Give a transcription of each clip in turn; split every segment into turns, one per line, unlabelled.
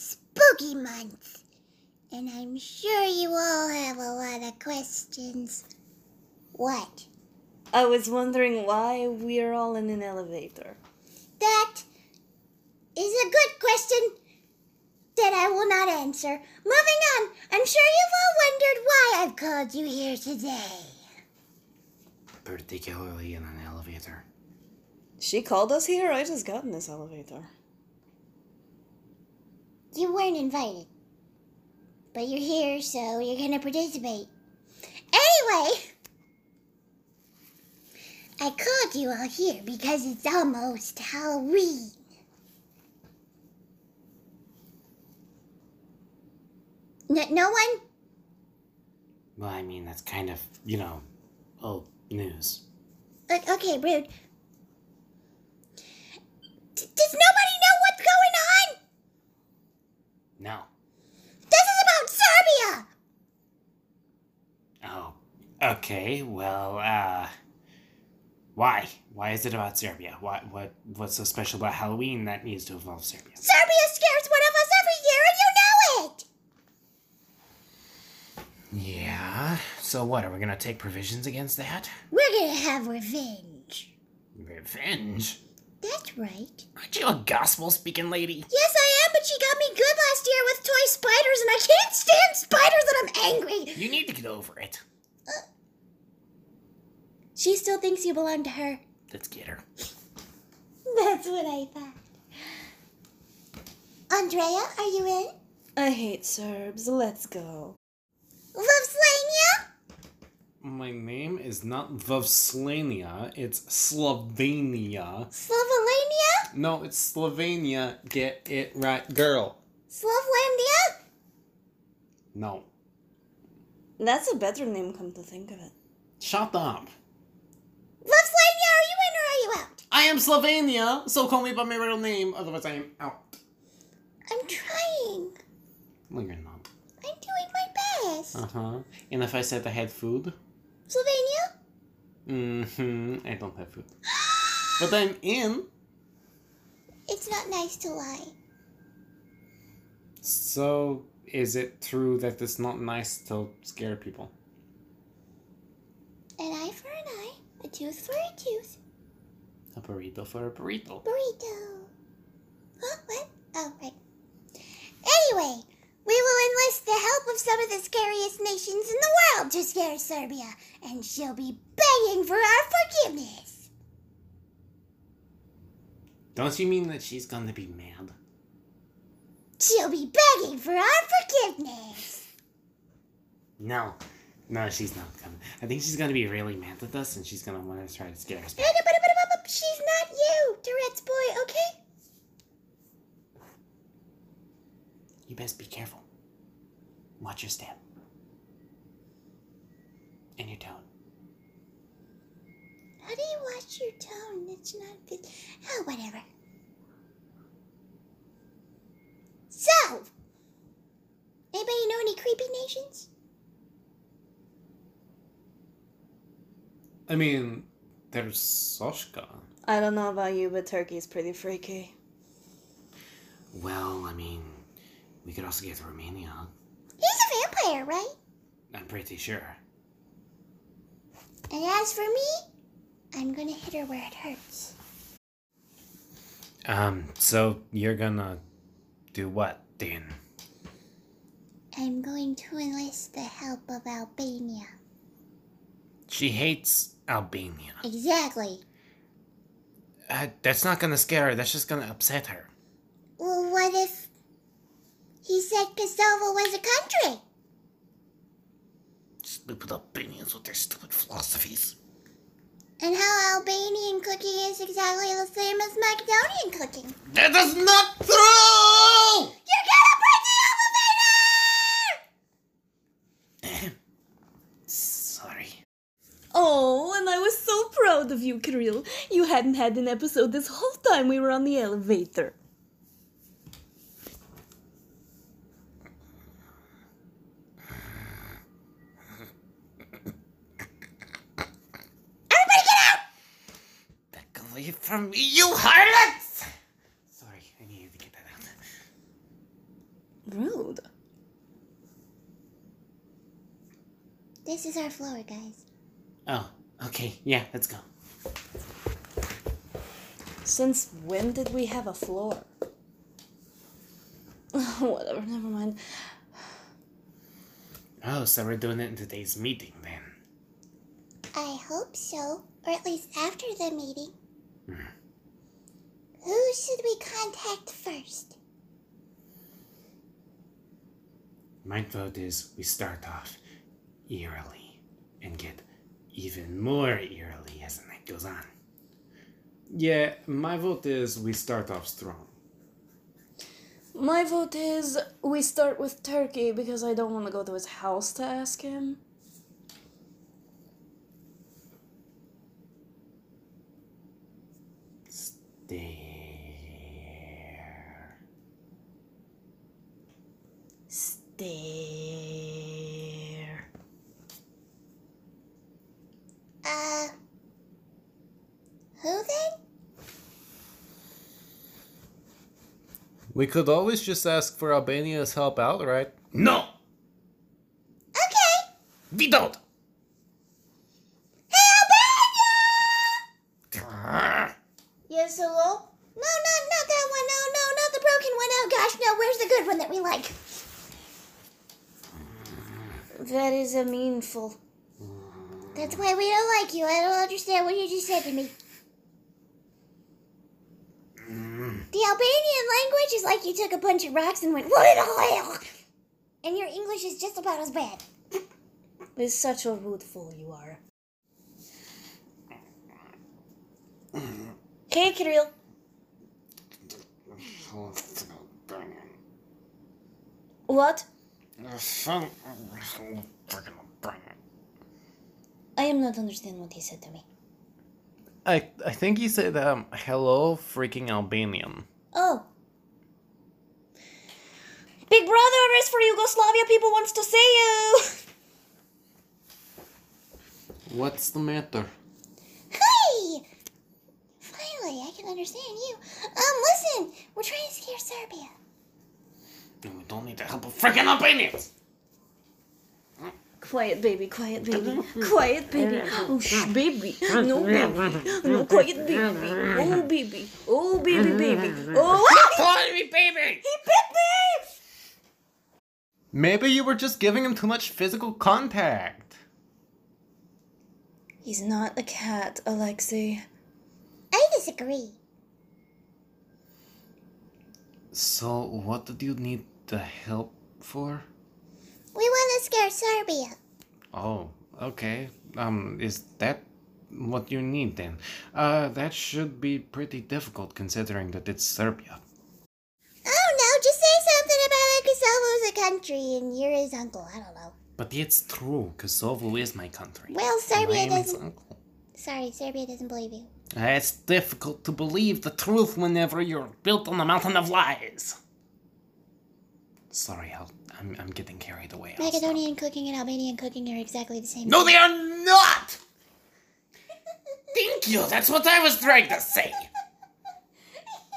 Spooky Month, and I'm sure you all have a lot of questions. What?
I was wondering why we're all in an elevator.
That is a good question that I will not answer. Moving on, I'm sure you've all wondered why I've called you here today.
particularly in an elevator.
She called us here? I just got in this elevator.
You weren't invited. But you're here, so you're going to participate. Anyway, I called you all here because it's almost Halloween. No, no one?
Well, I mean, that's kind of, you know, old news.
O- Okay, rude. D- does nobody know what's going on?
No.
This is about Serbia!
Oh. Okay, well, uh. Why? Why is it about Serbia? Why, what, what's so special about Halloween that needs to involve Serbia?
Serbia scares one of us every year, and you know it!
Yeah. So what? Are we gonna take provisions against that?
We're gonna have revenge.
Revenge?
That's right.
Aren't you a gospel speaking lady?
Yes, I am, but she got me good last year with toy spiders, and I can't stand spiders and I'm angry.
You need to get over it.
She still thinks you belong to her.
Let's get her.
That's what I thought. Andrea, are you in?
I hate Serbs. Let's go.
Lovslania?
My name is not Vovslania, it's Slovenia.
Slovenia?
No, it's Slovenia. Get it right, girl.
Slovlandia?
No.
That's a better name, come to think of it.
Shut up.
Lovslania, are you in or are you out?
I am Slovenia, so call me by my real name, otherwise I am out.
I'm trying.
Well, you're not.
I'm doing my best.
Uh huh. And if I said I had food?
Slovenia?
Mm hmm. I don't have food. But I'm in,
It's not nice to lie.
so is it true that it's not nice to scare people?
An eye for an eye, a tooth for a tooth.
A burrito for a burrito.
Burrito. Huh? What? Oh, right. Anyway, we will enlist the help of some of the scariest nations in the world to scare Serbia, and she'll be begging for our forgiveness.
Don't you mean that she's gonna be mad?
She'll be begging for our forgiveness.
No. No, she's not gonna. I think she's gonna be really mad at us and she's gonna wanna try to scare us.
She's not you, Tourette's boy, okay?
You best be careful. Watch your step. And your tone.
How do you watch your tone? It's not fit. Oh, whatever. So, anybody know any creepy nations?
I mean, there's Soshka.
I don't know about you, but Turkey's pretty freaky.
Well, I mean, we could also get to Romania.
He's a vampire, right?
I'm pretty sure.
And as for me, I'm gonna hit her where it hurts.
Um, so you're gonna do what then?
I'm going to enlist the help of Albania.
She hates Albania.
Exactly.
Uh, that's not gonna scare her, that's just gonna upset her.
Well, what if he said Kosovo was a country?
Stupid Albanians with their stupid philosophies.
And how Albanian cooking is exactly the same as Macedonian cooking.
That is not true!
You're gonna break the elevator!
Sorry.
Oh, and I was so proud of you, Kirill. You hadn't had an episode this whole time we were on the elevator.
Everybody get out!
Back away from me, you harlots! Sorry, I needed to get that out.
Rude.
This is our floor, guys.
Oh, okay. Yeah, let's go.
Since when did we have a floor? Whatever, never mind.
Oh, so we're doing it in today's meeting then.
I hope so, or at least after the meeting. Who should we contact first?
My vote is we start off eerily and get even more eerily as the night goes on. Yeah, my vote is we start off strong.
My vote is we start with Turkey because I don't want to go to his house to ask him.
Stare.
Stare.
Uh, who then?
We could always just ask for Albania's help outright.
No!
Okay.
We don't!
Hey, Albania!
Grrr.
Yes, hello? No, no, not that one. No, no, not the broken one. Oh gosh, no. Where's the good one that we like?
That is a meanful.
That's why we don't like you. I don't understand what you just said to me. The Albanian language is like you took a bunch of rocks and went, What the hell? And your English is just about as bad.
Is such a rude fool you are. Hey, Kirill. What? I am not understand what he said to me.
I I think he said um hello freaking Albanian.
Oh. Big brother arrest for Yugoslavia people wants to see you.
What's the matter?
Hey! Finally, I can understand you. Um, listen, we're trying to scare Serbia.
And we don't need the help of freaking Albanians!
Quiet baby, quiet baby, quiet baby. Oh shh, baby, no baby, no quiet baby. Oh baby, oh baby, baby. Oh, ah!
Calling me baby!
he bit me!
Maybe you were just giving him too much physical contact.
He's not a cat, Alexei.
I disagree.
So what did you need the help for?
We want to scare Serbia.
Oh, okay. Um, is that what you need then? Uh, that should be pretty difficult considering that it's Serbia.
Oh no, just say something about how Kosovo's a country and you're his uncle. I don't know.
But it's true, Kosovo is my country.
Well, Serbia
I am its
doesn't-
uncle.
Sorry, Serbia doesn't believe you.
Uh, It's difficult to believe the truth whenever you're built on a mountain of lies. Sorry, I'll, I'm, I'm getting carried away. I'll stop.
Macedonian cooking and Albanian cooking are exactly the same.
No, they are not! Thank you, that's what I was trying to say.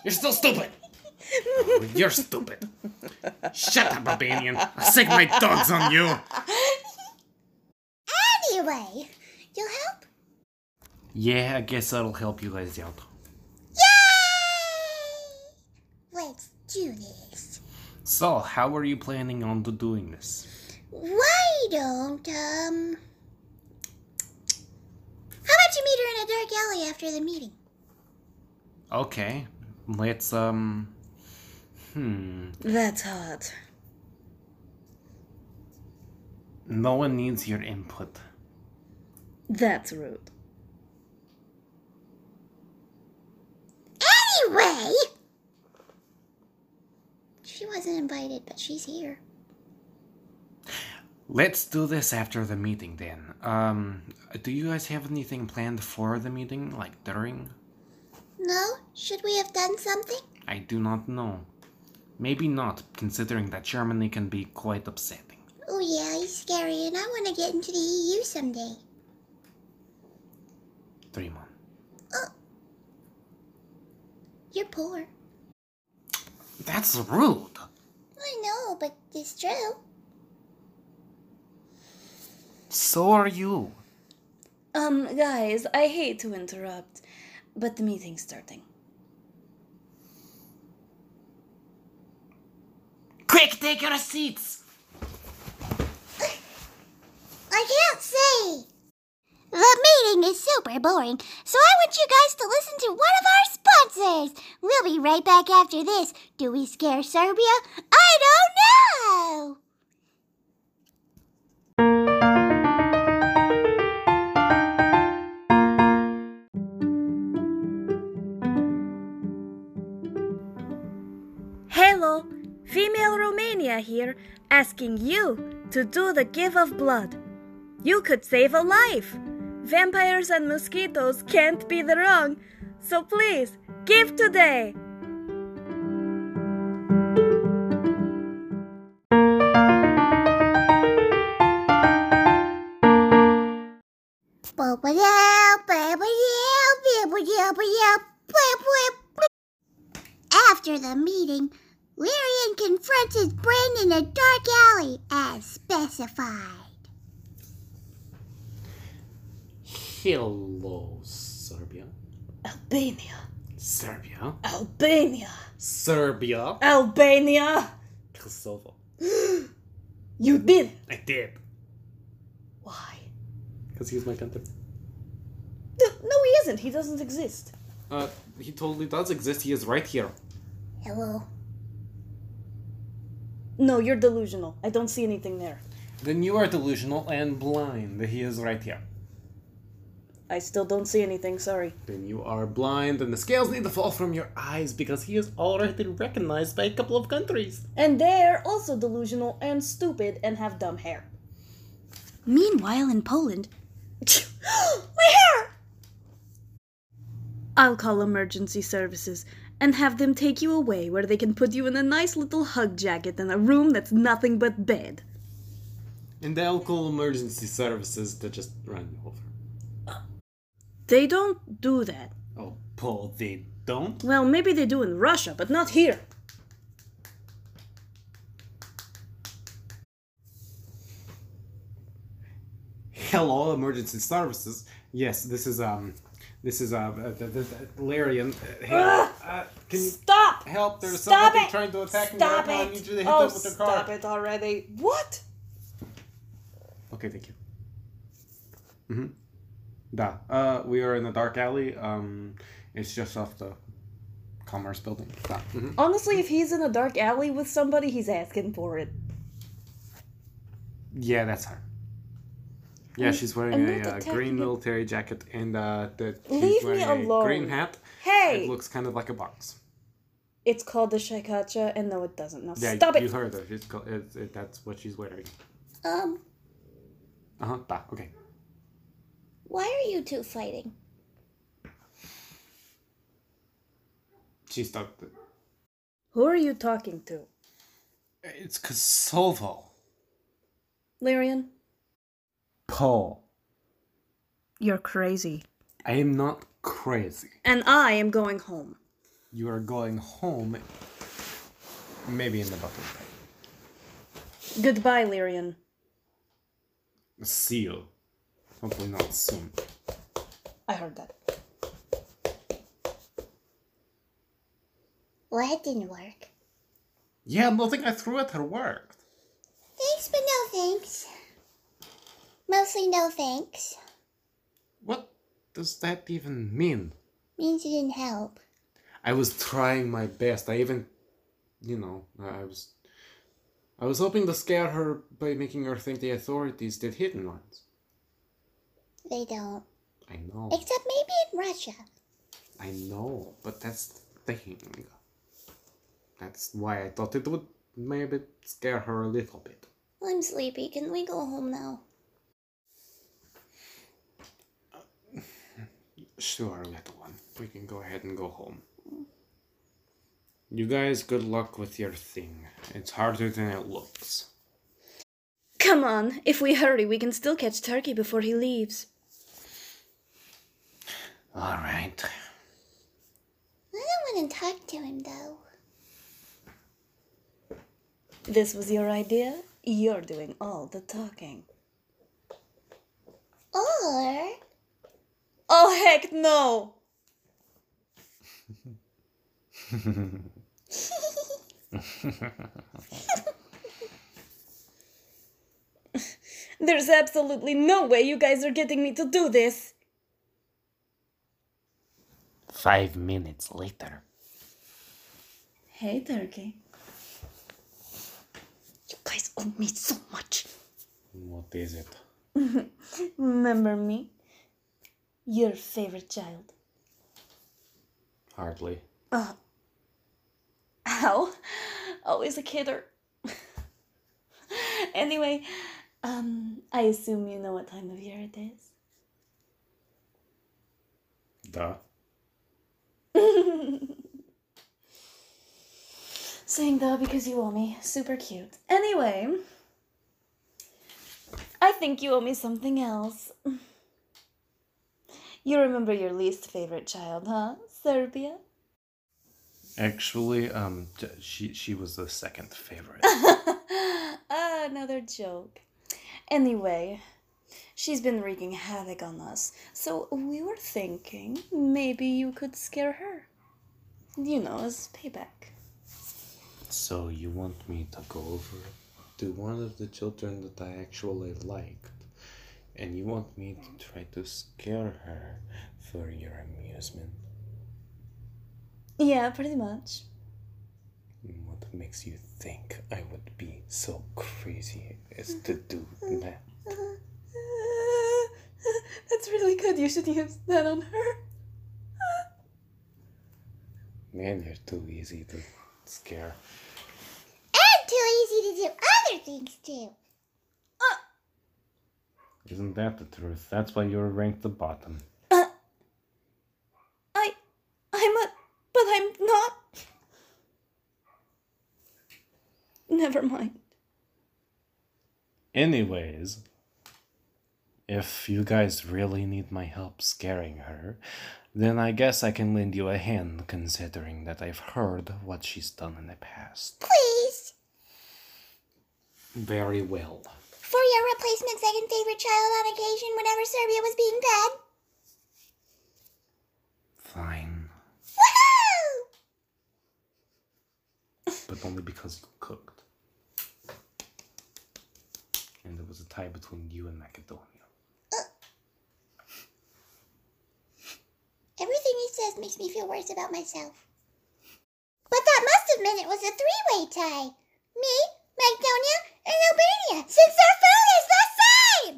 You're still stupid. Oh, you're stupid. Shut up, Albanian. I'll sick my dogs on you.
Anyway, you'll help?
Yeah, I guess that'll help you guys out.
Yay! Let's do this.
So, how are you planning on doing this?
Why don't, um. How about you meet her in a dark alley after the meeting?
Okay, let's um. Hmm.
That's hot.
No one needs your input.
That's rude.
Anyway! She wasn't invited, but she's here.
Let's do this after the meeting then. Um, do you guys have anything planned for the meeting, like during?
No? Should we have done something?
I do not know. Maybe not, considering that Germany can be quite upsetting.
Oh, yeah, he's scary, and I want to get into the EU someday.
Three months.
You're poor.
That's rude.
I know, but it's true.
So are you.
Um, guys, I hate to interrupt, but the meeting's starting.
Quick, take your seats.
I can't see. The meeting is super boring, so I want you guys to listen to one of our sponsors. We'll be right back after this. Do we scare Serbia? I don't know.
Hello, female Romania here, asking you to do the give of blood. You could save a life. Vampires and mosquitoes can't be the wrong, so please give today.
After the meeting, Larian confronted Brain in a dark alley as specified.
Hello, Serbia.
Albania,
Serbia.
Albania,
Serbia.
Albania!
Kosovo.
You did it!
I did.
Why?
Because he's my country.
No, he isn't. He doesn't exist.
Uh, he totally does exist. He is right here.
Hello.
No, you're delusional. I don't see anything there.
Then you are delusional and blind. He is right here.
I still don't see anything, sorry.
Then you are blind, and the scales need to fall from your eyes because he is already recognized by a couple of countries.
And they're also delusional and stupid and have dumb hair. Meanwhile, in Poland. My hair! I'll call emergency services and have them take you away where they can put you in a nice little hug jacket in a room that's nothing but bed.
And they'll call emergency services to just run you over.
They don't do that.
Oh, Paul, they don't?
Well, maybe they do in Russia, but not here.
Hello, emergency services. Yes, this is, um, this is, uh, uh the, the, the Larian. Uh, hey, uh, can you
Stop!
help? There's
Stop
somebody
it!
trying to attack me
Stop
right now. I
it!
need you to hit
oh,
them with the car.
stop it already. What?
Okay, thank you.
Mm-hmm.
hmm Da. Uh, we are in a dark alley. Um, it's just off the commerce building. Da.
Mm-hmm.
Mhm.
Honestly, if he's in a dark alley with somebody, he's asking for it.
Yeah, that's her. Yeah, she's wearing
I'm not
a uh,
attacking
green
you.
military jacket and uh, the, she's
Leave me
wearing a
alone.
green hat.
Hey!
It looks kind of like a box.
It's called the shikacha, and no, it doesn't. Now
Yeah,
stop
you,
it.
you heard her. She's called, it, it, that's what she's wearing.
Um,
Uh huh. Da. Okay.
why are you two fighting?
She stopped.
Who are you talking to?
It's Kosovo.
Lyrian?
Paul,
You're crazy.
I am not crazy.
And I am going home.
You are going home. Maybe in the bucket.
Goodbye, Lyrian.
See you. Hopefully not soon.
I heard that.
Well, that didn't work.
Yeah, nothing I threw at her worked.
Thanks, but no thanks. Mostly no thanks.
What does that even mean?
Means you didn't help.
I was trying my best. I even, you know, I I was, I was hoping to scare her by making her think the authorities did hit and runs.
They don't.
I know,
Except maybe in Russia.
I know, but that's the thing. That's why I thought it would maybe scare her a little bit.
I'm sleepy. Can we go home now?
Sure, little one. We can go ahead and go home. You guys, good luck with your thing. It's harder than it looks.
Come on, if we hurry, we can still catch Turkey before he leaves.
All right.
I don't want to talk to him, though.
This was your idea? You're doing all the talking.
Or
Oh, heck no! There's absolutely no way you guys are getting me to do this.
Five minutes later.
Hey, Turkey. You guys owe me so much.
What is it?
Remember me? Your favorite child.
Hardly.
Oh. Ow. Always a kidder. anyway, um, I assume you know what time of year it is.
Duh.
Saying though because you owe me. Super cute. Anyway, I think you owe me something else. You remember your least favorite child, huh? Serbia?
Actually, um, t- she she was the second favorite.
Ah, another joke. Anyway, she's been wreaking havoc on us, so we were thinking maybe you could scare her. You know, as payback.
so you want me to go over to one of the children that I actually liked, and you want me to try to scare her for your amusement?
Yeah, pretty much.
What makes you think I would be so crazy as to do that?
That's really good. You should use that on her.
Man, you're too easy to scare.
and too easy to do other things too.
Isn't that the truth? That's why you're ranked the bottom.
I, I'm a, but I'm not. Never mind.
Anyways, if you guys really need my help scaring her, then I guess I can lend you a hand considering that I've heard what she's done in the past.
Please,
Very well.
for your replacement second favorite child on occasion whenever Serbia was being bad.
Fine.
Woohoo!
But only because you cooked. And there was a tie between you and Macedonia.
Everything he says makes me feel worse about myself. But that must have meant it was a three way tie. Me, Magnolia, and Albania, since our food is the same!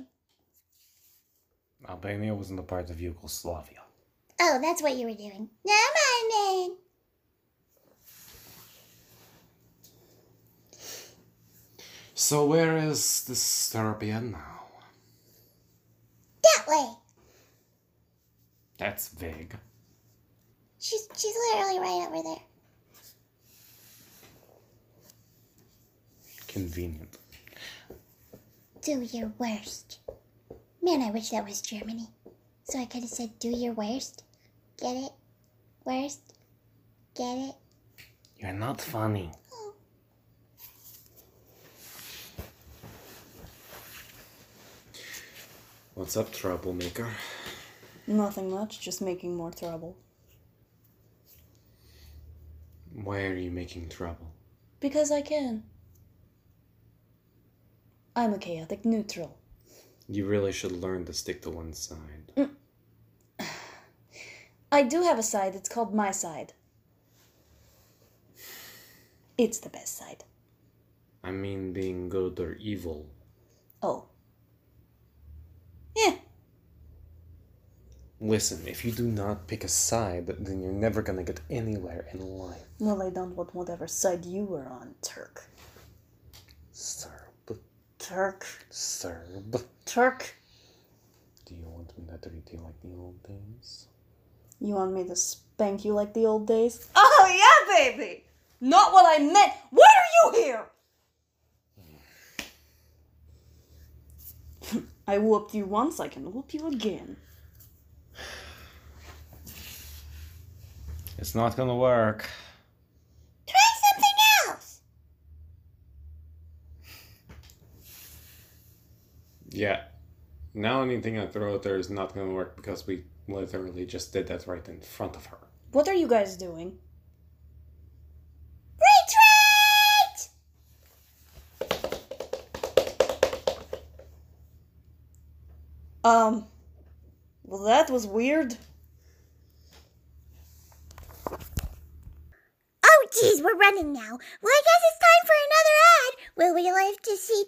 Albania wasn't a part of Yugoslavia.
Oh, that's what you were doing. Never mind then.
So where is the Serbia now?
That way.
That's vague.
She's, she's literally right over there.
Convenient.
Do your worst. Man, I wish that was Germany. So I could have said, do your worst. Get it? Worst? Get it?
You're not funny. What's up, troublemaker?
Nothing much, just making more trouble.
Why are you making trouble?
Because I can. I'm a chaotic neutral.
You really should learn to stick to one side.
I do have a side, it's called my side. It's the best side.
I mean, being good or evil.
Oh. Eh. Yeah.
Listen, if you do not pick a side, then you're never gonna get anywhere in life,
Well, I don't want whatever side you were on, Turk.
Serb.
Turk.
Serb.
Turk.
Do you want me to treat you like the old days?
You want me to spank you like the old days? Oh, yeah, baby! Not what I meant! Why are you here? I whooped you once, I can whoop you again.
It's not gonna work.
Try something else!
Yeah. Now anything I throw at her is not gonna work because we literally just did that right in front of her.
What are you guys doing?
Retreat!
Um, well, that was weird.
Oh, geez, we're running now. Well, I guess it's time for another ad. Will we live to see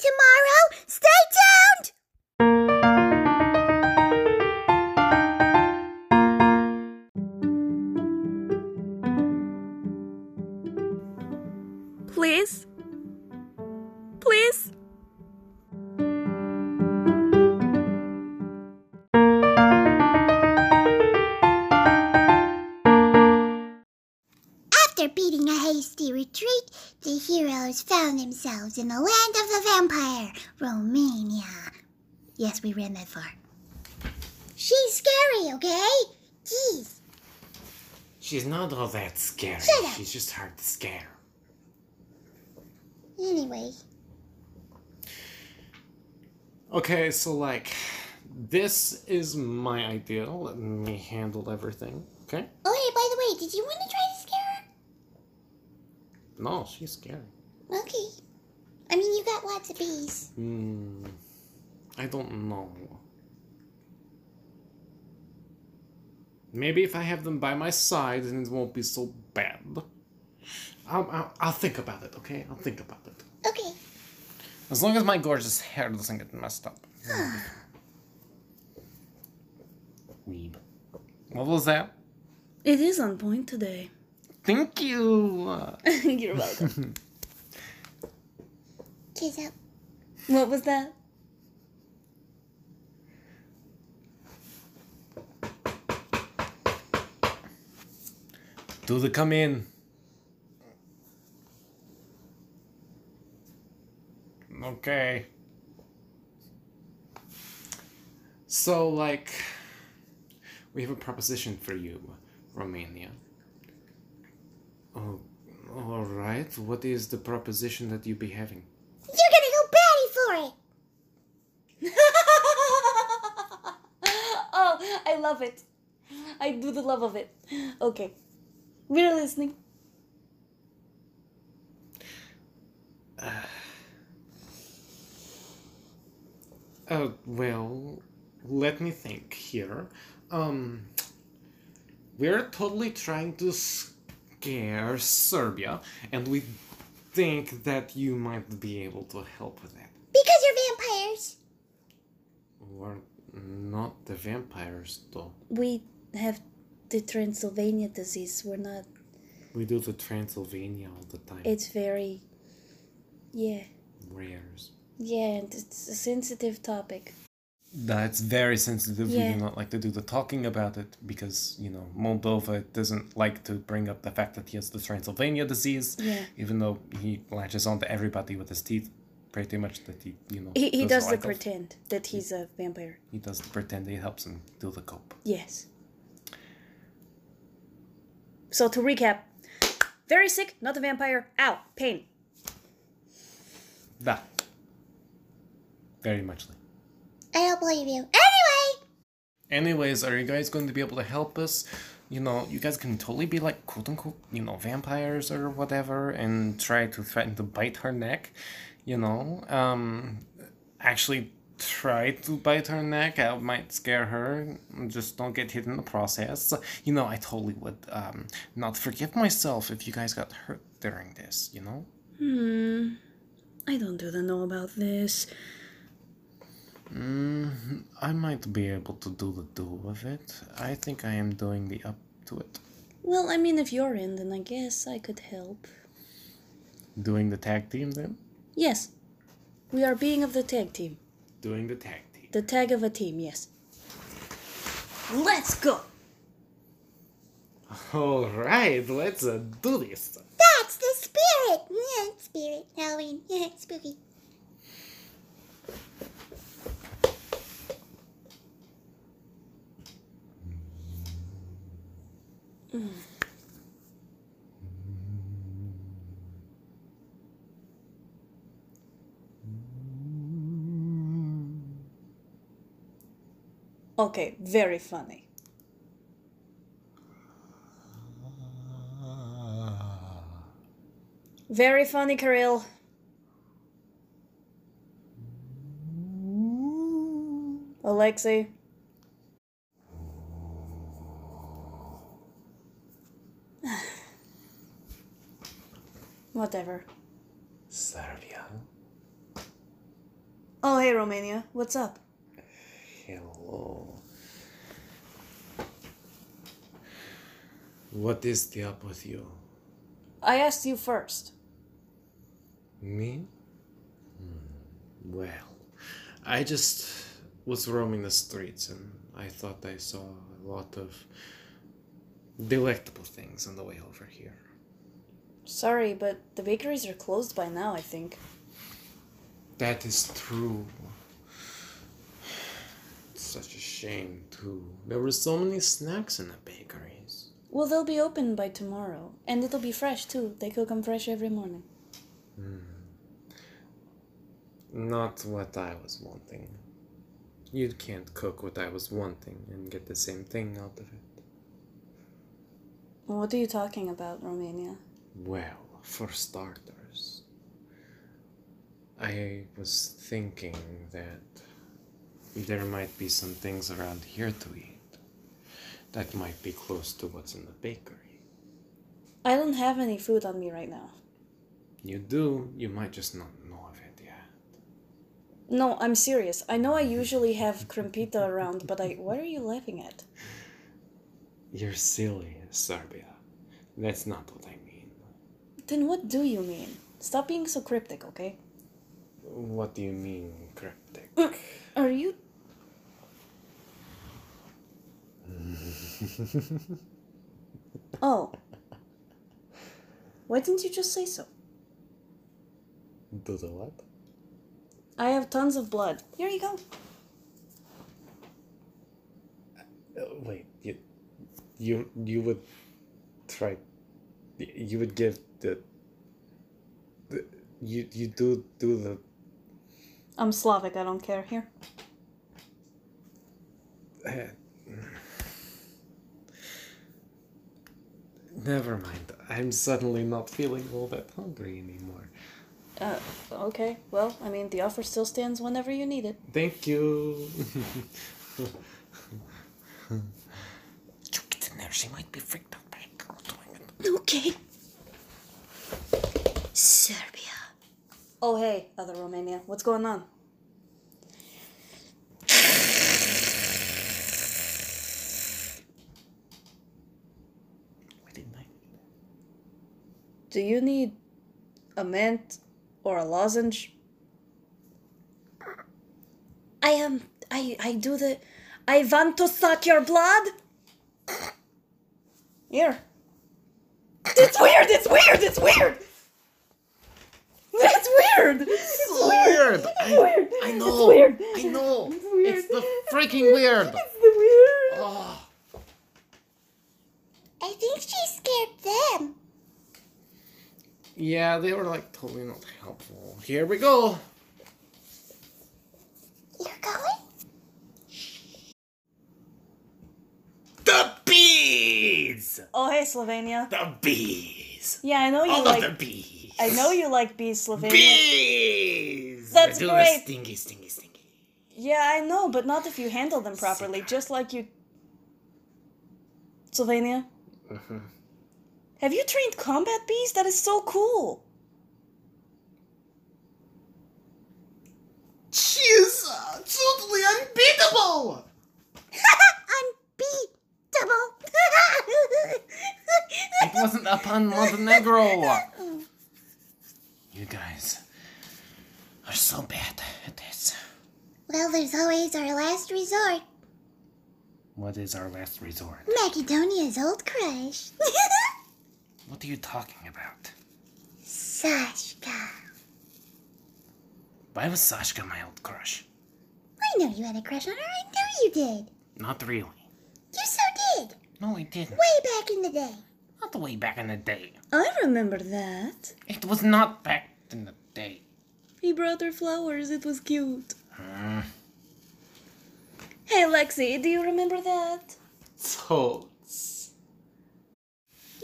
tomorrow? Stay tuned!
Please? Please?
After beating a hasty retreat, the heroes found themselves in the land of the vampire, Romania. Yes, we ran that far. She's scary, okay? Geez.
She's not all that scary.
Shut up.
She's just hard to scare.
Anyway,
Okay, so like this is my idea. Let me handle everything. Okay?
oh hey, by the way, did you want to try to scare her?
No, she's scary.
Okay. I mean, you got lots of bees.
Hmm. I don't know. Maybe if I have them by my side, then it won't be so bad. I'll, I'll, I'll think about it, okay? I'll think about it.
Okay.
As long as my gorgeous hair doesn't get messed up.
Weeb.
What was that?
It is on point today.
Thank you!
You're welcome.
Kiss up.
what was that?
Do the come in. Okay.
So, like, we have a proposition for you, Romania. Oh, all right. What is the proposition that you be having?
You're gonna go batty for it!
oh, I love it. I do the love of it. Okay. We're listening.
Oh, well, let me think here. Um, we're totally trying to scare Serbia, and we think that you might be able to help with that.
Because you're vampires.
We're not the vampires, though.
We have the Transylvania disease. We're not.
We do the Transylvania all the time.
It's very. Yeah.
Rares.
Yeah, and it's a sensitive topic.
That's very sensitive. We
Yeah.
do not like to do the talking about it because, you know, Moldova doesn't like to bring up the fact that he has the Transylvania disease,
Yeah.
even though he latches on to everybody with his teeth pretty much that he, you know,
He, he does the
like of-
pretend that he's a vampire.
He does the pretend. It helps him do the cope.
Yes. So to recap very sick, not a vampire, ow, pain.
Da. Very muchly.
I don't believe you. Anyway!
Anyways, are you guys going to be able to help us? You know, you guys can totally be like quote unquote, you know, vampires or whatever and try to threaten to bite her neck, you know. Um actually try to bite her neck. That might scare her. Just don't get hit in the process. You know, I totally would um not forgive myself if you guys got hurt during this, you know?
I don't do the know about this.
I might be able to do the do of it. I think I am doing the up to it.
Well, I mean, if you're in, then I guess I could help.
Doing the tag team then?
Yes, we are being of the tag team.
Doing the tag team.
The tag of a team, yes. Let's go!
All right, let's uh, do this.
That's the spirit! Yeah, spirit. Halloween. Yeah, spooky.
Okay, very funny. Very funny, Kirill. Alexei. Whatever.
Serbia.
Oh, hey, Romania. What's up?
Hello.
What is the up with you?
I asked you first.
Me?
Hmm. Well, I just was roaming the streets and I thought I saw a lot of delectable things on the way over here.
Sorry, but the bakeries are closed by now, I think.
That is true. Such a shame, too. There were so many snacks in the bakeries.
Well, they'll be open by tomorrow, and it'll be fresh too. They cook 'em fresh every morning.
Not what I was wanting. You can't cook what I was wanting and get the same thing out of it.
What are you talking about, Romania?
Well, for starters, I was thinking that there might be some things around here to eat that might be close to what's in the bakery.
I don't have any food on me right now.
You do, you might just not know of it yet.
No, I'm serious. I know I usually have crimpita around, but I. What are you laughing at?
You're silly, Serbia. That's not what I mean.
Then what do you mean? Stop being so cryptic, okay?
What do you mean, cryptic?
Are you. oh. Why didn't you just say so?
Do the what?
I have tons of blood. Here you go.
Uh, wait, you, you, you would try. y- You would give the. the you, you do do the.
I'm Slavic, I don't care. Here.
uh, Never mind. I'm suddenly not feeling all that hungry anymore.
Uh, okay. Well, I mean, the offer still stands whenever you need it.
Thank you.
You get in there, she might be freaked out by a girl doing it.
Okay. Serbia.
Oh, hey, other Romania. What's going on?
Why didn't I?
Do you need a mint or a lozenge? I am. Um, I. I do the. I want to suck your blood. Here. It's weird. It's weird. It's weird. That's weird. It's
weird. I, I know.
weird.
I know. It's the freaking weird.
weird.
Oh,
I think she scared them.
yeah, they were like totally not helpful. Here we go.
You're going?
The bees.
Oh hey, Slovenia.
The bees.
Yeah, I know you
All of
like.
the bees.
I know you like bees, Slovenia.
Bees.
That's
They do
great.
The stinky, stinky, stinky.
Yeah, I know, but not if you handle them properly, just like you. Sylvania?
Mm-hmm.
Have you trained combat bees? That is so cool!
She's uh, totally unbeatable.
Unbeat double.
It wasn't upon Montenegro. You guys are so bad at this.
well, there's always our last resort.
What is our last resort?
Macedonia's old crush.
What are you talking about?
Sashka.
Why was Sashka my old crush?
I know you had a crush on her. I know you did.
Not really.
You so did.
No, I didn't.
Way back in the day.
Not the way back in the day.
I remember that.
It was not back in the day.
He brought her flowers, it was cute. hey, Lexi, do you remember that?
Totes.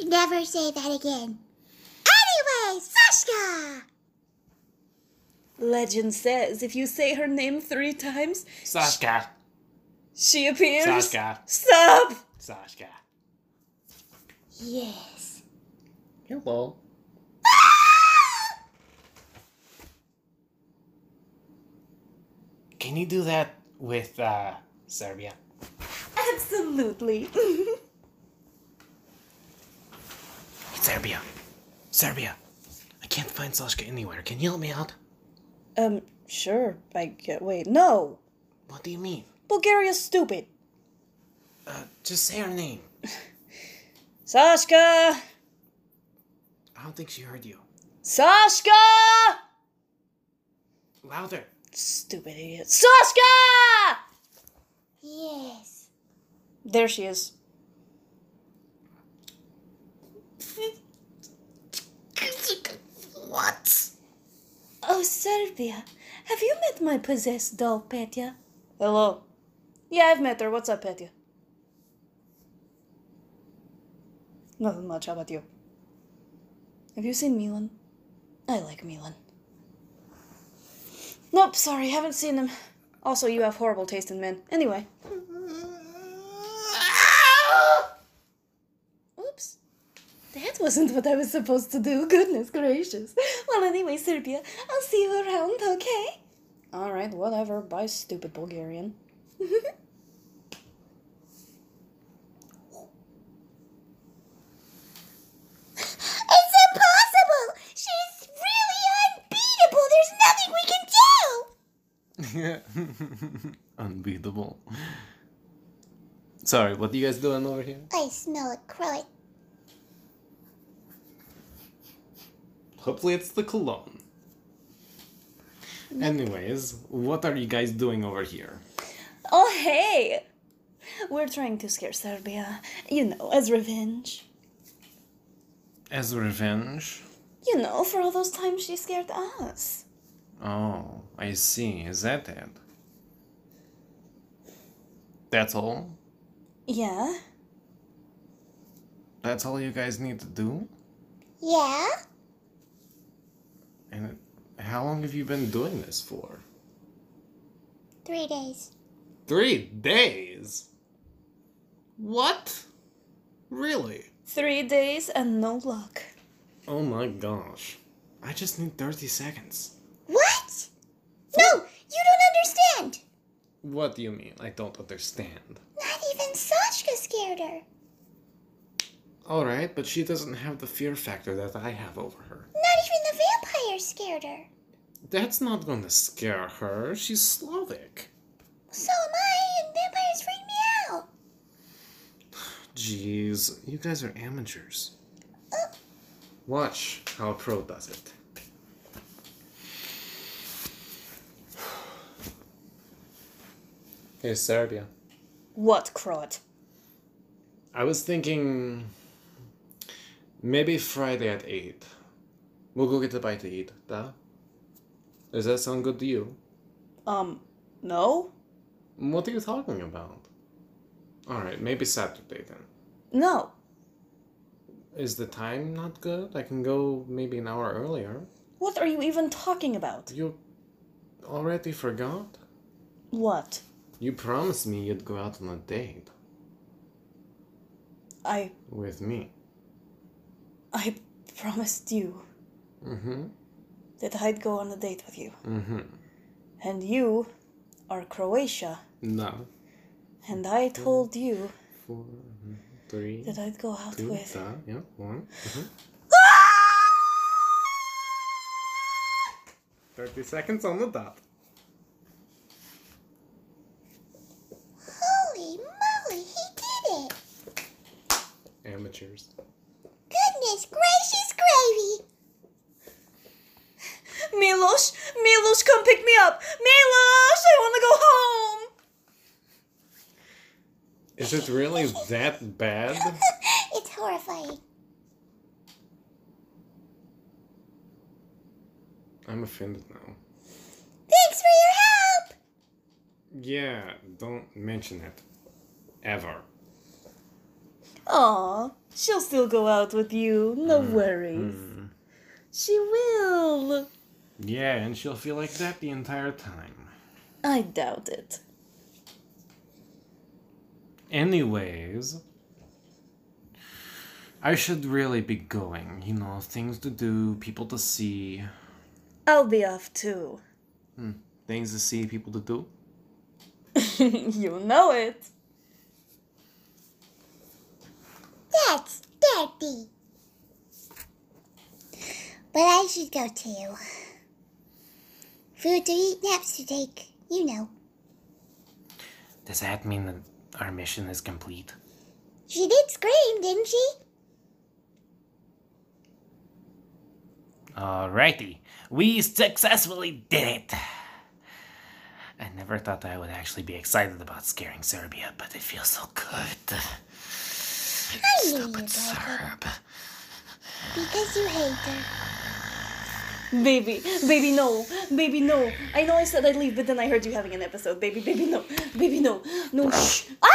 Never say that again. Anyway, Sashka!
Legend says if you say her name three times,
Sashka.
she appears.
Sashka.
Stop!
Sashka.
Yes.
Hello. Can you do that with uh, Serbia?
Absolutely.
Serbia. Serbia. I can't find Sashka anywhere. Can you help me out?
um, sure. I get. Wait, no.
What do you mean?
Bulgaria's stupid.
Uh, just say her name.
Sashka!
I don't think she heard you.
Sashka!
Louder.
Stupid idiot. Sashka!
Yes.
There she is.
What?
Oh, Serbia, have you met my possessed doll, Petya? Hello. Yeah, I've met her. What's up, Petya? Nothing much. How about you? Have you seen Milan? I like Milan. Nope, sorry, haven't seen him. Also, you have horrible taste in men. Anyway. Oops. That wasn't what I was supposed to do. Goodness gracious. Well, anyway, Serbia, I'll see you around, okay? Alright, whatever. Bye, stupid Bulgarian.
It's impossible! She's really unbeatable! There's nothing we can do!
Unbeatable. Sorry, what are you guys doing over here?
I smell a crowd.
Hopefully, it's the cologne.
Anyways, what are you guys doing over here?
Oh, hey! We're trying to scare Serbia, you know, as revenge.
As revenge?
You know, for all those times she scared us.
Oh, I see. Is that it? That's all?
Yeah?
That's all you guys need to do?
Yeah?
And how long have you been doing this for?
Three days.
Three days? What? Really?
Three days and no luck.
Oh my gosh. I just need 30 seconds.
What? No, you don't understand!
What do you mean? I don't understand.
Not even Sashka scared her.
Alright, but she doesn't have the fear factor that I have over her.
Not even the vampire scared her.
That's not gonna scare her. She's Slavic.
So am I, and vampires freak me out.
Jeez, you guys are amateurs. Watch how a pro does it. Hey, Serbia.
What, Croat?
I was thinking maybe Friday at 8. We'll go get a bite to eat, da? Does that sound good to you?
Um, no?
What are you talking about? Alright, maybe Saturday then.
No.
Is the time not good? I can go maybe an hour earlier.
What are you even talking about?
You already forgot?
What?
You promised me you'd go out on a date
I
with me.
I promised you
Mm-hmm.
that I'd go on a date with you.
Mm-hmm.
And you are Croatia.
No.
And I told you
Four, mm-hmm. three,
that I'd go out
two,
with.
da, yeah, one. mhm. Thirty seconds on the dot.
Holy moly, he did it!
Amateurs.
Goodness gracious gravy!
Milos! Milos, come pick me up! Milos! I wanna go home!
Is it really that bad?
it's horrifying.
I'm offended now.
Thanks for your help!
Yeah, don't mention it. Ever.
Aw, she'll still go out with you. No worries. She will.
Yeah, and she'll feel like that the entire time.
I doubt it.
Anyways, I should really be going. You know, things to do, people to see.
I'll be off too.
Things to see, people to do.
you know it.
That's dirty. But I should go too. Food to eat, naps to take, you know.
Does that mean that our mission is complete?
She did scream, didn't she?
Alrighty, we successfully did it! I never thought I would actually be excited about scaring Serbia, but it feels so good.
I knew you'd like her
Serb.
because you hate her.
Baby, baby, no, baby, no. I know I said I'd leave, but then I heard you having an episode. Baby, baby, no, baby, no, no. Shh. Ah!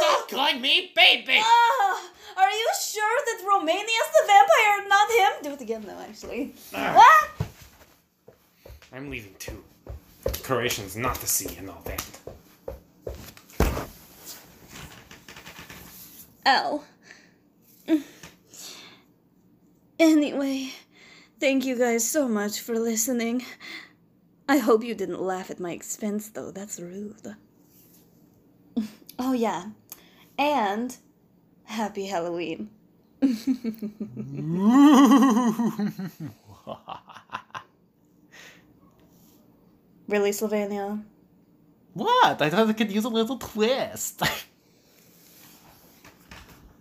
Stop calling me baby!
Ah! Are you sure that Romania's the vampire, not him? Do it again, though. Actually.
Ah,
Ah!
I'm leaving too. Croatians not to see and all that.
Ow. Anyway, thank you guys so much for listening. I hope you didn't laugh at my expense, though. That's rude. oh, yeah. And happy Halloween. really, Slovenia?
What? I thought I could use a little twist.